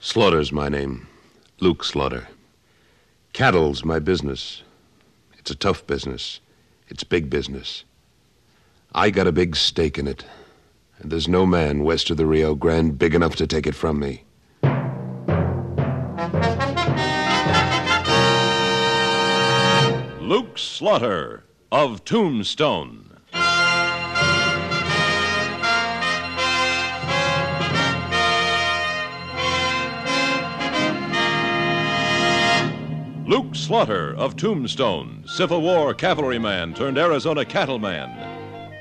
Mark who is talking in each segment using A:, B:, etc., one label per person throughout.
A: Slaughter's my name. Luke Slaughter. Cattle's my business. It's a tough business. It's big business. I got a big stake in it. And there's no man west of the Rio Grande big enough to take it from me.
B: Luke Slaughter of Tombstone. Luke Slaughter of Tombstone, Civil War cavalryman turned Arizona cattleman.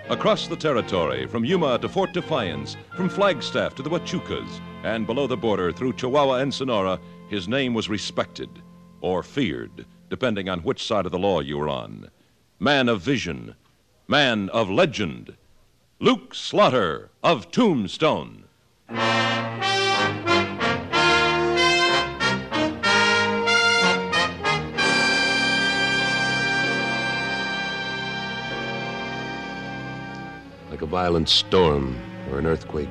B: Across the territory, from Yuma to Fort Defiance, from Flagstaff to the Huachucas, and below the border through Chihuahua and Sonora, his name was respected or feared, depending on which side of the law you were on. Man of vision, man of legend, Luke Slaughter of Tombstone.
A: like a violent storm or an earthquake.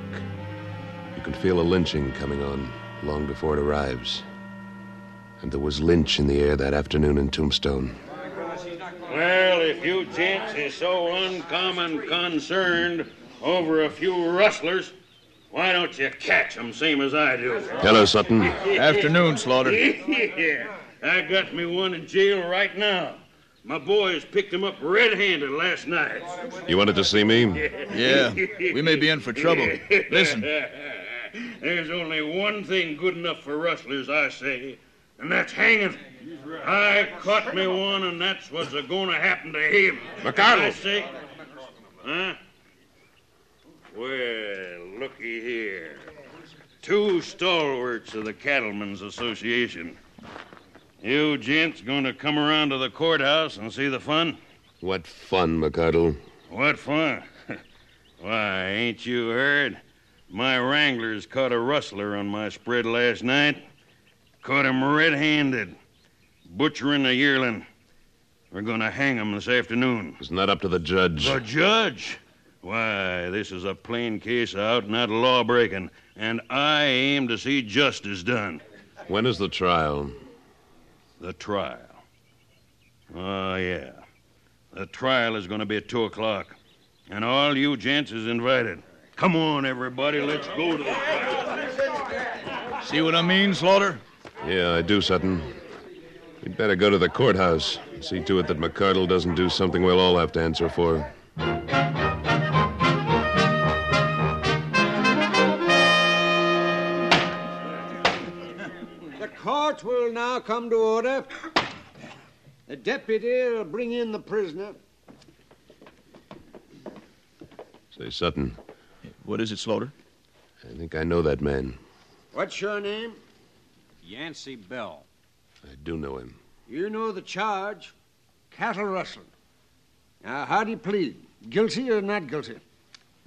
A: You can feel a lynching coming on long before it arrives. And there was lynch in the air that afternoon in Tombstone.
C: Well, if you gents is so uncommon concerned over a few rustlers, why don't you catch 'em same as I do?
A: Hello, Sutton.
D: Afternoon, Slaughter.
C: yeah, I got me one in jail right now. My boys picked him up red-handed last night.
A: You wanted to see me?
D: Yeah, we may be in for trouble. Listen,
C: There's only one thing good enough for rustlers, I say, and that's hanging. I caught me one, and that's what's going to happen to him.
A: McArdle.
C: I say, huh? Well, looky here. Two stalwarts of the Cattlemen's Association. You gents going to come around to the courthouse and see the fun?
A: What fun, McArdle.
C: What fun? Why, ain't you heard? My Wranglers caught a rustler on my spread last night. Caught him red handed, butchering a yearling. We're going to hang him this afternoon.
A: It's not up to the judge.
C: The judge? Why, this is a plain case of out and out law breaking, and I aim to see justice done.
A: When is the trial?
C: The trial. Oh, yeah. The trial is going to be at 2 o'clock. And all you gents is invited. Come on, everybody, let's go to the.
D: see what I mean, Slaughter?
A: Yeah, I do, Sutton. We'd better go to the courthouse. and See to it that McArdle doesn't do something we'll all have to answer for.
E: The court will now come to order. The deputy will bring in the prisoner.
A: Say, Sutton,
D: What is it, Slaughter?
A: I think I know that man.
E: What's your name?
F: Yancey Bell.
A: I do know him.
E: You know the charge cattle rustling. Now, how do you plead? Guilty or not guilty?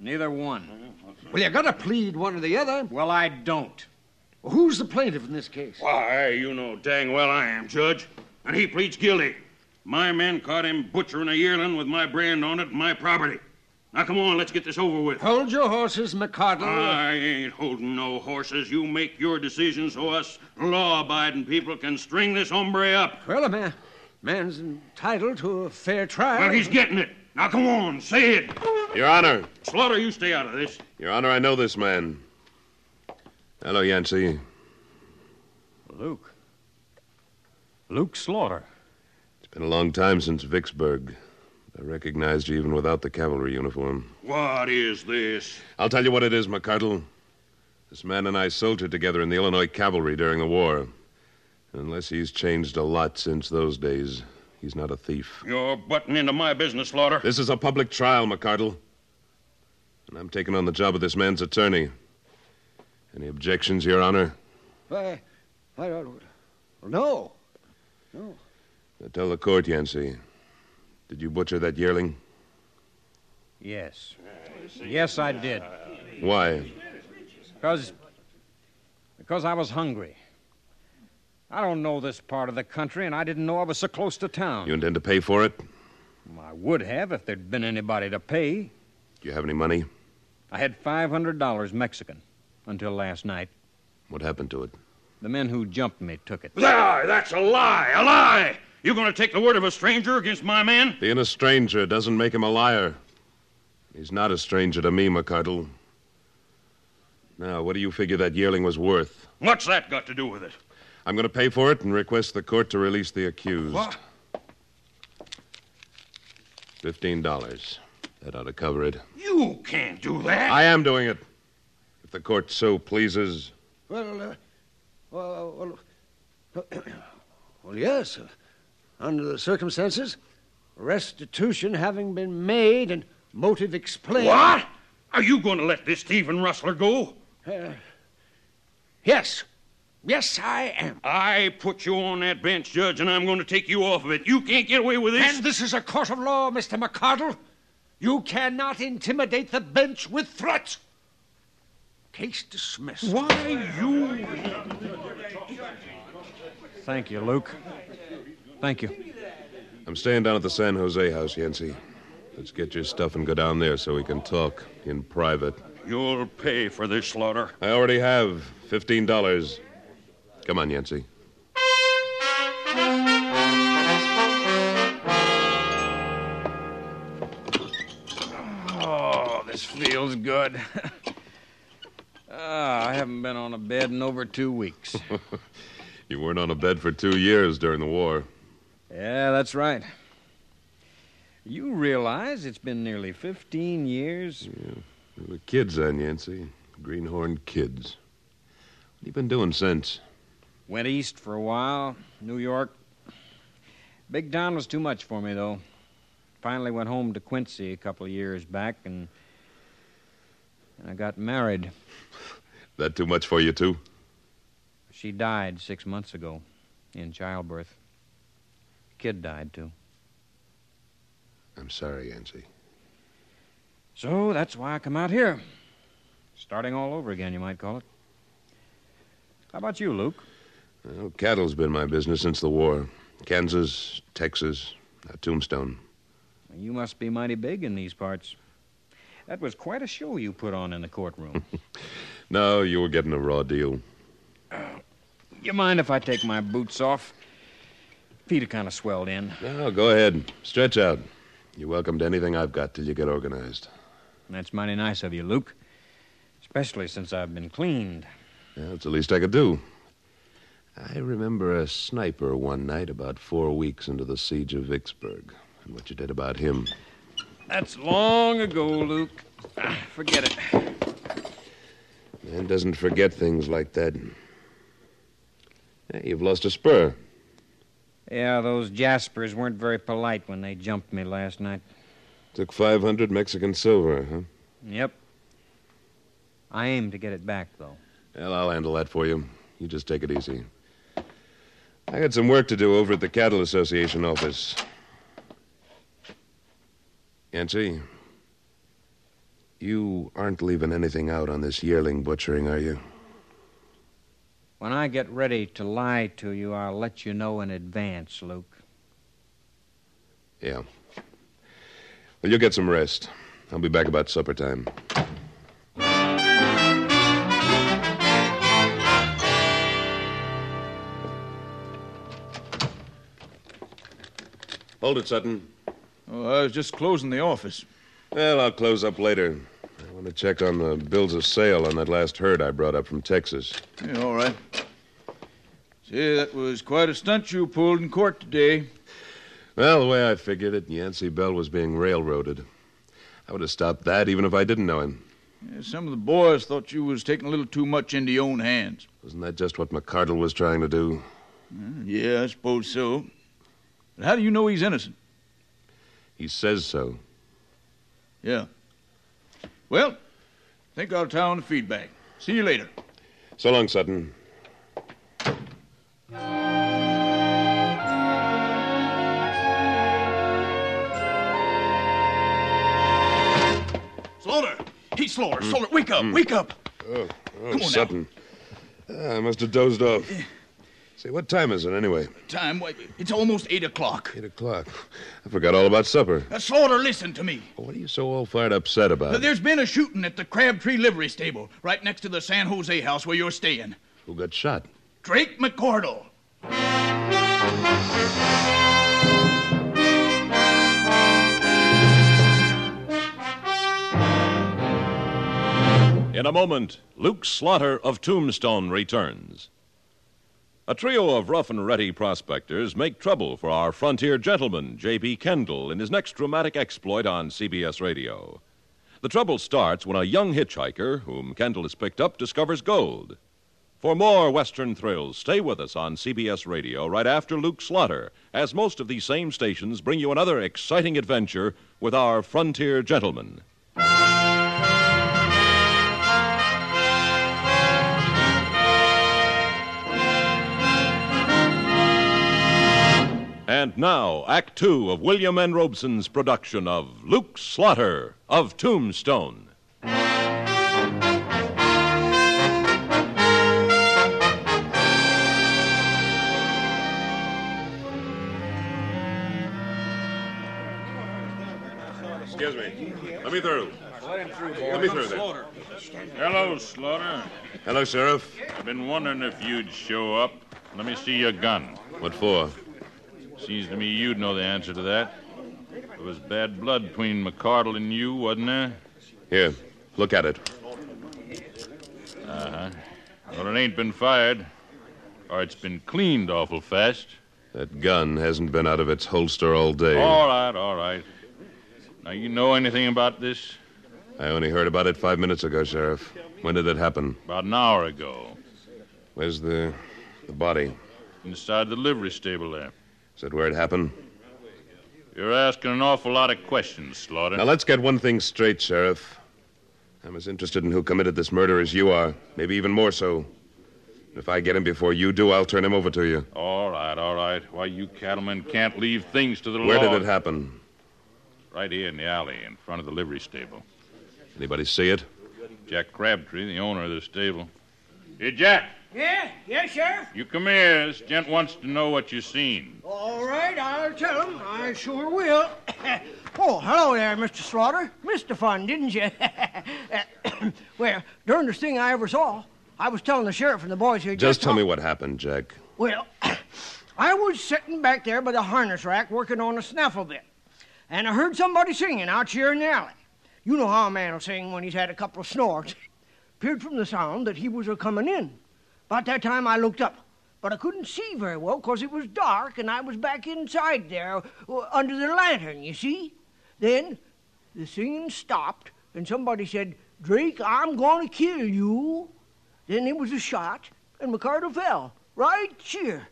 F: Neither one.
E: Well, you gotta plead one or the other.
F: Well, I don't.
E: Who's the plaintiff in this case?
C: Why, you know dang well I am, Judge. And he pleads guilty. My men caught him butchering a yearling with my brand on it and my property. Now, come on, let's get this over with.
E: Hold your horses,
F: Uh.
E: McCardle.
C: I ain't holding no horses. You make your decision so us law abiding people can string this hombre up.
E: well, a man, man's entitled to a fair trial.
C: Well, he's getting it. Now, come on, say it.
A: Your Honor!
C: Slaughter, you stay out of this.
A: Your Honor, I know this man. Hello, Yancey.
F: Luke. Luke Slaughter.
A: It's been a long time since Vicksburg. I recognized you even without the cavalry uniform.
C: What is this?
A: I'll tell you what it is, McCardle. This man and I soldiered together in the Illinois cavalry during the war. Unless he's changed a lot since those days, he's not a thief.
C: You're butting into my business, Slaughter.
A: This is a public trial, McCardle. And I'm taking on the job of this man's attorney. Any objections, Your Honor?
E: Why, why, well, no.
A: Now Uh, tell the court, Yancey. Did you butcher that yearling?
F: Yes. Yes, I did.
A: Why?
F: Because. Because I was hungry. I don't know this part of the country, and I didn't know I was so close to town.
A: You intend to pay for it?
F: I would have if there'd been anybody to pay.
A: Do you have any money?
F: I had $500 Mexican until last night.
A: What happened to it?
F: The men who jumped me took it.
C: There, that's a lie, a lie. You gonna take the word of a stranger against my man?
A: Being a stranger doesn't make him a liar. He's not a stranger to me, McCardle. Now, what do you figure that yearling was worth?
C: What's that got to do with it?
A: I'm going to pay for it and request the court to release the accused.
C: What?
A: Fifteen dollars. That ought to cover it.
C: You can't do that.
A: I am doing it. If the court so pleases.
E: Well, uh, well, well, well, yes. uh, Under the circumstances, restitution having been made and motive explained.
C: What? Are you going to let this Stephen Rustler go?
E: Yes. Yes, I am.
C: I put you on that bench, Judge, and I'm going to take you off of it. You can't get away with this.
E: And this is a court of law, Mr. McCardle. You cannot intimidate the bench with threats. Case dismissed.
C: Why, you.
F: Thank you, Luke. Thank you.
A: I'm staying down at the San Jose house, Yancey. Let's get your stuff and go down there so we can talk in private.
C: You'll pay for this slaughter.
A: I already have fifteen dollars. Come on, Yancey.
F: Oh, this feels good. Ah, I haven't been on a bed in over two weeks.
A: You weren't on a bed for two years during the war.
F: yeah, that's right. You realize it's been nearly 15 years?
A: We were kids then, Yancey. Greenhorn kids. What have you been doing since?
F: Went east for a while, New York. Big Town was too much for me, though. Finally went home to Quincy a couple of years back, and, and I got married.
A: That too much for you, too?
F: She died six months ago in childbirth. Kid died, too.
A: I'm sorry, Yancey.
F: So that's why I come out here. Starting all over again, you might call it. How about you, Luke?
A: Well, cattle's been my business since the war. Kansas, Texas, now Tombstone.
F: You must be mighty big in these parts. That was quite a show you put on in the courtroom.
A: No, you were getting a raw deal.
F: you mind if I take my boots off? Feet are kind of swelled in.
A: Now, go ahead. Stretch out. You're welcome to anything I've got till you get organized.
F: That's mighty nice of you, Luke. Especially since I've been cleaned.
A: Yeah, that's the least I could do. I remember a sniper one night about four weeks into the siege of Vicksburg and what you did about him.
F: That's long ago, Luke. Ah, Forget it.
A: Man doesn't forget things like that. Hey, you've lost a spur.
F: Yeah, those Jaspers weren't very polite when they jumped me last night.
A: Took 500 Mexican silver, huh?
F: Yep. I aim to get it back, though.
A: Well, I'll handle that for you. You just take it easy. I got some work to do over at the Cattle Association office. Yancey, you aren't leaving anything out on this yearling butchering, are you?
F: When I get ready to lie to you, I'll let you know in advance, Luke.
A: Yeah. Well, you'll get some rest. I'll be back about supper time. Hold it, Sutton.
D: Oh, I was just closing the office.
A: Well, I'll close up later. I want to check on the bills of sale on that last herd I brought up from Texas.
D: Yeah, all right. See, that was quite a stunt you pulled in court today.
A: Well, the way I figured it, Yancey Bell was being railroaded. I would have stopped that even if I didn't know him.
D: Yeah, some of the boys thought you was taking a little too much into your own hands.
A: Wasn't that just what McCardle was trying to do?
D: Yeah, I suppose so. But how do you know he's innocent?
A: He says so.
D: Yeah. Well, think I'll tie on the feedback. See you later.
A: So long, Sutton.
G: Slaughter! Heat slaughter!
D: Mm.
G: Slaughter! Wake up! Wake up!
A: Oh,
G: Come on now.
A: Sutton. Ah, I must have dozed off. Say, what time is it anyway?
G: Time, wait, it's almost 8 o'clock.
A: Eight o'clock. I forgot all about supper.
G: Now, Uh, slaughter, listen to me.
A: What are you so all fired upset
D: Uh,
A: about?
G: There's been a shooting at the Crabtree Livery Stable, right next to the San Jose house where you're staying.
A: Who got shot?
G: Drake McCordle.
B: In a moment, Luke Slaughter of Tombstone returns. A trio of rough and ready prospectors make trouble for our frontier gentleman, J.B. Kendall, in his next dramatic exploit on CBS radio. The trouble starts when a young hitchhiker, whom Kendall has picked up, discovers gold. For more Western thrills, stay with us on CBS Radio right after Luke Slaughter, as most of these same stations bring you another exciting adventure with our frontier gentleman. And now, Act Two of William N. Robeson's production of Luke Slaughter of Tombstone. Excuse me. Let me through. Let me through there.
C: Hello, Slaughter.
A: Hello, Sheriff.
C: Been wondering if you'd show up. Let me see your gun.
A: What for?
C: Seems to me you'd know the answer to that. There was bad blood between McCardle and you, wasn't there?
A: Here, look at it.
C: Well, it ain't been fired. Or it's been cleaned awful fast.
A: That gun hasn't been out of its holster all day.
C: All right, all right. Now, you know anything about this?
A: I only heard about it five minutes ago, Sheriff. When did it happen?
C: About an hour ago,
A: Where's the, the body?
C: inside the livery stable there.
A: Is that where it happened?
C: You're asking an awful lot of questions, Slaughter.
A: Now, let's get one thing straight, Sheriff. I'm as interested in who committed this murder as you are, maybe even more so. If I get him before you do, I'll turn him over to you.
C: All right, all right. Why, you cattlemen can't leave things to the
A: Where
C: law.
A: did it happen?
C: Right here in the alley in front of the livery stable.
A: Anybody see it?
C: Jack Crabtree, the owner of the stable. Hey, Jack,
H: Yeah, yeah, Sheriff.
C: you come here. This gent wants to know what you seen.
H: All right, I'll tell him. I sure will. oh, hello there, Mr. Slaughter. Missed the fun, didn't you? well, darndest thing I ever saw. I was telling the sheriff and the boys here.
A: Just tell
H: how-
A: me what happened, Jack.
H: Well, I was sitting back there by the harness rack working on a snaffle bit, and I heard somebody singing out here in the alley. You know how a man'll sing when he's had a couple of snorts. Appeared from the sound that he was a coming in. About that time I looked up, but I couldn't see very well 'cause it was dark and I was back inside there uh, under the lantern, you see. Then the singing stopped and somebody said, Drake, I'm going to kill you. Then it was a shot, and McCardle fell right here.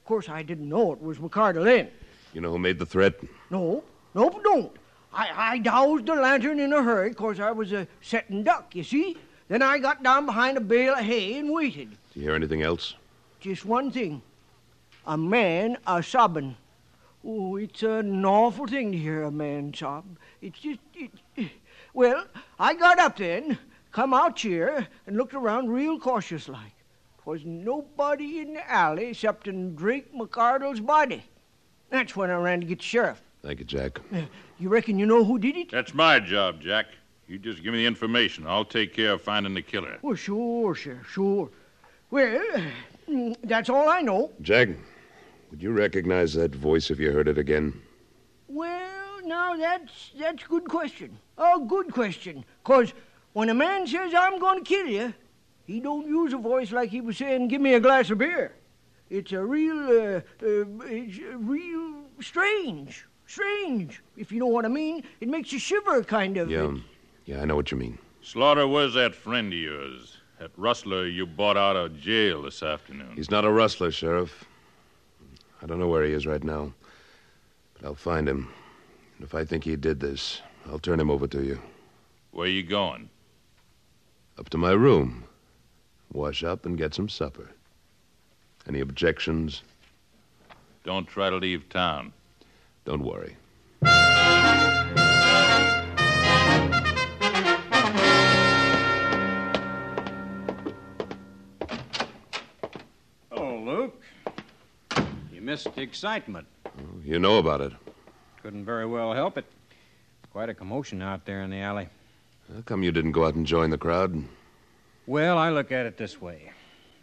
H: Of course, I didn't know it was McCardle then.
A: You know who made the threat?
H: No, nope, don't. I, I doused the lantern in a hurry, 'cause I was a setting duck, you see. Then I got down behind a bale of hay and waited.
A: Do you hear anything else?
H: Just one thing a man a sobbing. Oh, it's an awful thing to hear a man sob. It's just. It, well, I got up then, come out here, and looked around real cautious like. 'Twas nobody in the alley excepting Drake McCardle's body. That's when I ran to get the sheriff.
A: Thank you, Jack.
H: You reckon you know who did it?
C: That's my job, Jack. You just give me the information. I'll take care of finding the killer.
H: Well, sure, sure, sure. Well, mm, that's all I know.
A: Jack, would you recognize that voice if you heard it again?
H: Well, now that's that's a good question. A good question. 'Cause when a man says I'm going to kill you, he don't use a voice like he was saying, "Give me a glass of beer." It's a real, uh, uh, it's a real strange, strange. If you know what I mean, it makes you shiver, kind of.
A: Yeah. Yeah, I know what you mean.
C: Slaughter, where's that friend of yours? That rustler you bought out of jail this afternoon.
A: He's not a rustler, Sheriff. I don't know where he is right now, but I'll find him. And if I think he did this, I'll turn him over to you.
C: Where you going?
A: Up to my room. Wash up and get some supper. Any objections?
C: Don't try to leave town.
A: Don't worry.
G: Oh, Luke.
F: You missed the excitement.
A: You know about it.
F: Couldn't very well help it. Quite a commotion out there in the alley.
A: How come you didn't go out and join the crowd?
F: Well, I look at it this way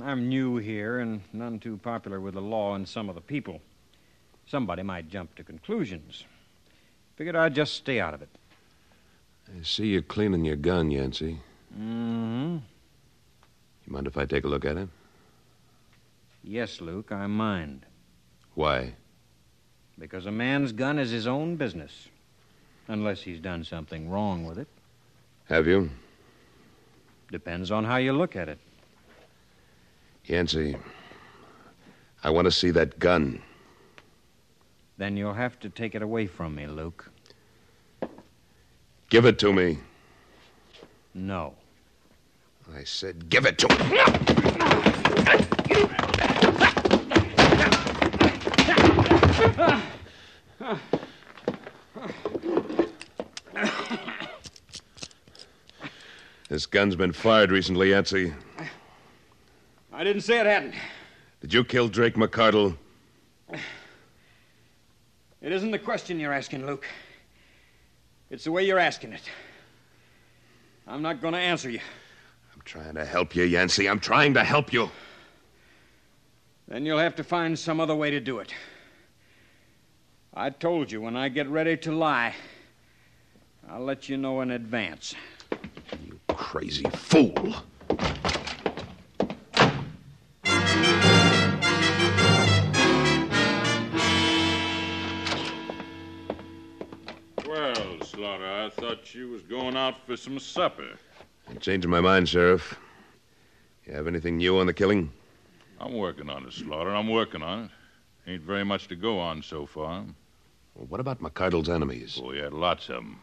F: I'm new here and none too popular with the law and some of the people. Somebody might jump to conclusions. Figured I'd just stay out of it.
A: I see you're cleaning your gun, Yancey.
F: Mm-hmm.
A: You mind if I take a look at it?
F: Yes, Luke, I mind.
A: Why?
F: Because a man's gun is his own business. Unless he's done something wrong with it.
A: Have you?
F: Depends on how you look at it.
A: Yancey, I want to see that gun.
F: Then you'll have to take it away from me, Luke.
A: Give it to me.
F: No.
A: I said, give it to me. This gun's been fired recently, Yancey.
F: I didn't say it hadn't.
A: Did you kill Drake McCardle?
F: It isn't the question you're asking, Luke. It's the way you're asking it. I'm not going to answer you.
A: I'm trying to help you, Yancey. I'm trying to help you.
F: Then you'll have to find some other way to do it. I told you when I get ready to lie, I'll let you know in advance.
A: Crazy fool.
C: Well, Slaughter, I thought you was going out for some supper.
A: I'm changing my mind, Sheriff. You have anything new on the killing?
C: I'm working on it, Slaughter. I'm working on it. Ain't very much to go on so far.
A: Well, what about McCardle's enemies?
C: Oh, he had lots of 'em.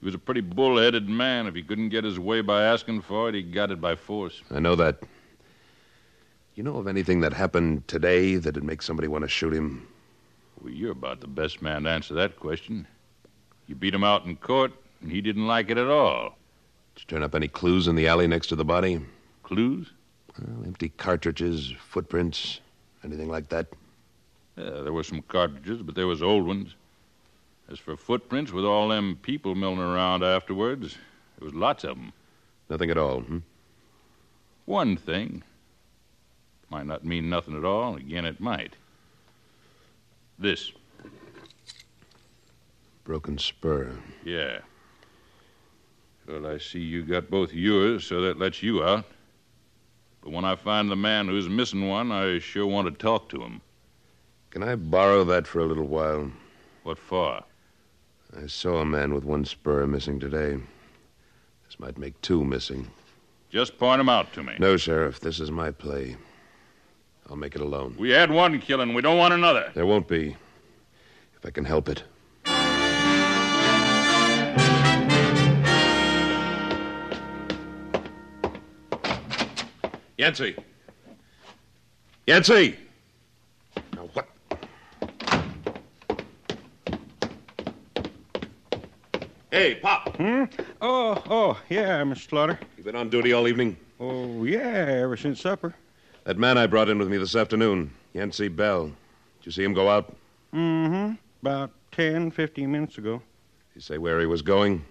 C: He was a pretty bull-headed man. If he couldn't get his way by asking for it, he got it by force.
A: I know that. You know of anything that happened today that'd make somebody want to shoot him?
C: Well, you're about the best man to answer that question. You beat him out in court, and he didn't like it at all.
A: Did you turn up any clues in the alley next to the body?
C: Clues?
A: Well, empty cartridges, footprints, anything like that?
C: Yeah, there were some cartridges, but they was old ones. As for footprints, with all them people milling around afterwards, there was lots of 'em.
A: Nothing at all. Hmm?
C: One thing might not mean nothing at all. Again, it might. This,
A: Broken spur.
C: yeah. Well, I see you got both yours, so that lets you out. But when I find the man who's missing one, I sure want to talk to him.
A: Can I borrow that for a little while?
C: What for?
A: I saw a man with one spur missing today. This might make two missing.
C: Just point him out to me.
A: No, Sheriff, this is my play. I'll make it alone.
C: We had one killing. We don't want another.
A: There won't be, if I can help it. Yancey! Yancey! Now what? Hey, Pop!
I: Oh, oh, yeah, Mr. Slaughter.
A: You been on duty all evening?
I: Oh, yeah, ever since supper.
A: That man I brought in with me this afternoon, Yancey Bell. Did you see him go out?
I: Mm-hmm. About ten, fifteen minutes ago.
A: Did he say where he was going?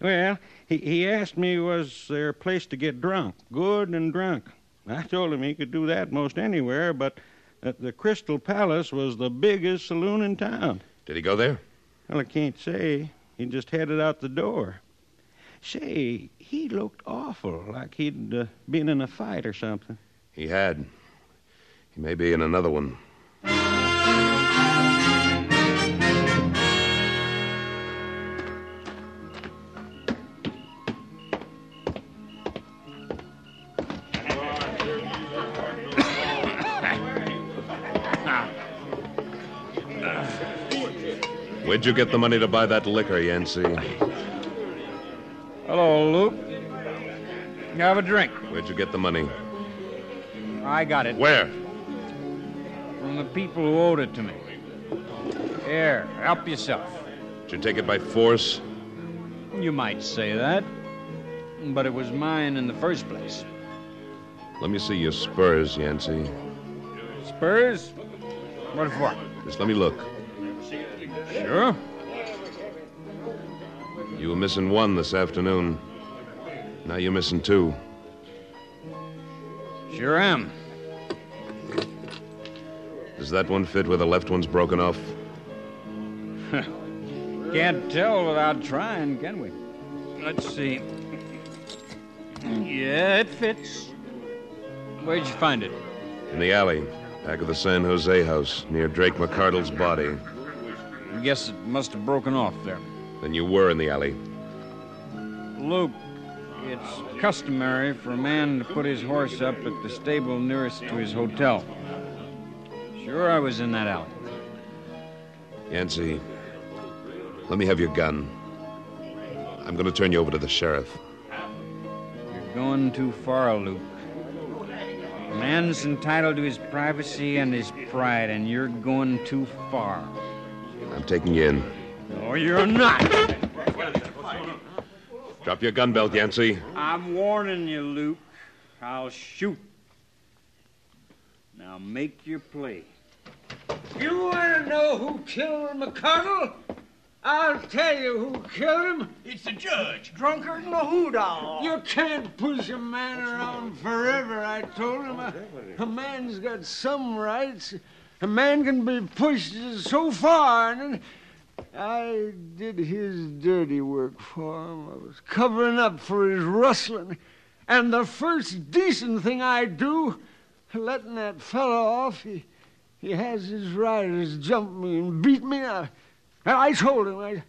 I: Well, he, he asked me was there a place to get drunk, good and drunk. I told him he could do that most anywhere, but that the Crystal Palace was the biggest saloon in town.
A: Did he go there?
I: Well, I can't say. He just headed out the door. Say, he looked awful, like he'd uh, been in a fight or something.
A: He had. He may be in another one. Where'd you get the money to buy that liquor, Yancey?
F: Hello, Luke. You have a drink.
A: Where'd you get the money?
F: I got it
A: Where?
F: from the people who owed it to me. Here, help yourself.
A: Did you take it by force?
F: You might say that, but it was mine in the first place.
A: Let me see your spurs, Yancey.
F: Spurs? What for?
A: Just let me look.
F: Sure.
A: You were missing one this afternoon. Now you're missing two.
F: Sure am.
A: Does that one fit where the left one's broken off?
F: Can't tell without trying, can we? Let's see. Yeah, it fits. Where'd you find it?
A: In the alley, back of the San Jose house, near Drake McCardle's body.
F: I guess it must have broken off there.
A: Then you were in the alley.
F: Luke, it's customary for a man to put his horse up at the stable nearest to his hotel. Sure, I was in that alley.
A: Yancey, let me have your gun. I'm going to turn you over to the sheriff.
F: You're going too far, Luke. A man's entitled to his privacy and his pride, and you're going too far.
A: I'm taking you in.
F: No, you're not.
A: Drop your gun belt, Yancey.
F: I'm warning you, Luke. I'll shoot. Now make your play.
H: You want to know who killed McConnell? I'll tell you who killed him.
J: It's the judge.
K: Drunkard and a hoot owl.
H: You can't push a man around forever, I told him. A, a man's got some rights. A man can be pushed so far, and then I did his dirty work for him. I was covering up for his rustling. And the first decent thing I do, letting that fellow off, he, he has his riders jump me and beat me up. And I told him, I,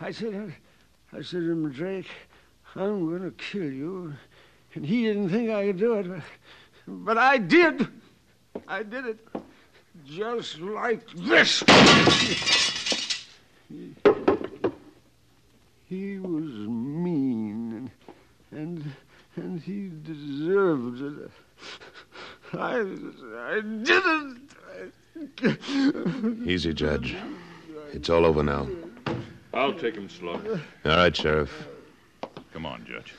H: I said, I said to him, Drake, I'm going to kill you. And he didn't think I could do it, but, but I did. I did it just like this. He, he was mean, and, and, and he deserved it. I, I did it.
A: Easy, Judge. It's all over now.
L: I'll take him slow.
A: All right, Sheriff.
L: Come on, Judge.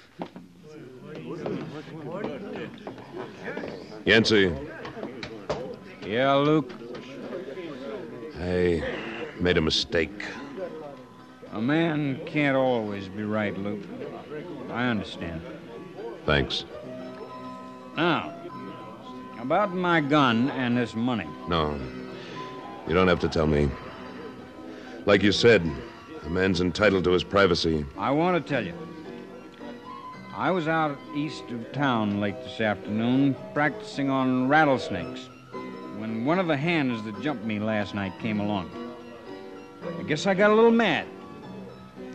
A: Yancey,
F: Yeah, Luke.
A: I made a mistake.
F: A man can't always be right, Luke. I understand.
A: Thanks.
F: Now, about my gun and this money.
A: No, you don't have to tell me. Like you said, a man's entitled to his privacy.
F: I want to tell you. I was out east of town late this afternoon practicing on rattlesnakes when one of the hands that jumped me last night came along. I guess I got a little mad.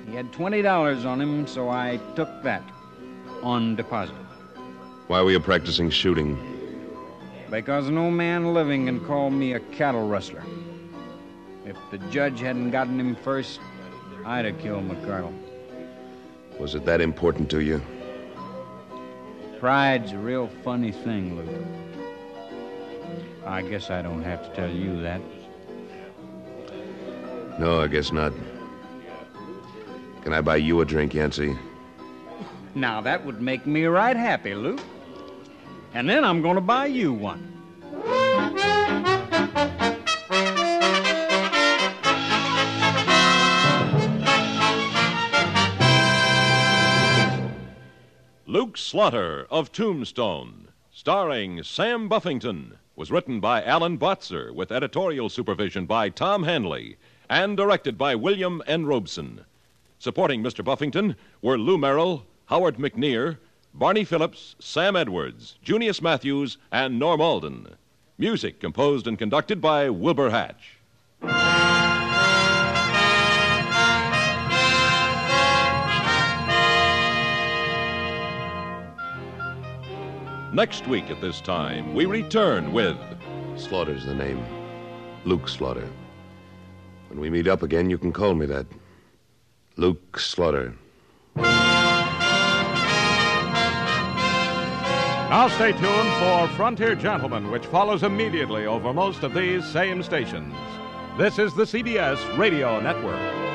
F: He had $20 on him, so I took that on deposit.
A: Why were you practicing shooting?
F: Because no man living can call me a cattle rustler. If the judge hadn't gotten him first, I'd have killed McConnell.
A: Was it that important to you?
F: Pride's a real funny thing, Luke. I guess I don't have to tell you that.
A: No, I guess not. Can I buy you a drink, Yancey?
F: Now that would make me right happy, Luke. And then I'm going to buy you one.
C: Luke Slaughter of Tombstone, starring Sam Buffington, was written by Alan Botzer with editorial supervision by Tom Hanley and directed by William N. Robeson. Supporting Mr. Buffington were Lou Merrill, Howard McNear, Barney Phillips, Sam Edwards, Junius Matthews, and Norm Alden. Music composed and conducted by Wilbur Hatch. Next week at this time, we return with
A: Slaughter's the name. Luke Slaughter. When we meet up again, you can call me that. Luke Slaughter.
M: Now stay tuned for Frontier Gentlemen, which follows immediately over most of these same stations. This is the CBS Radio Network.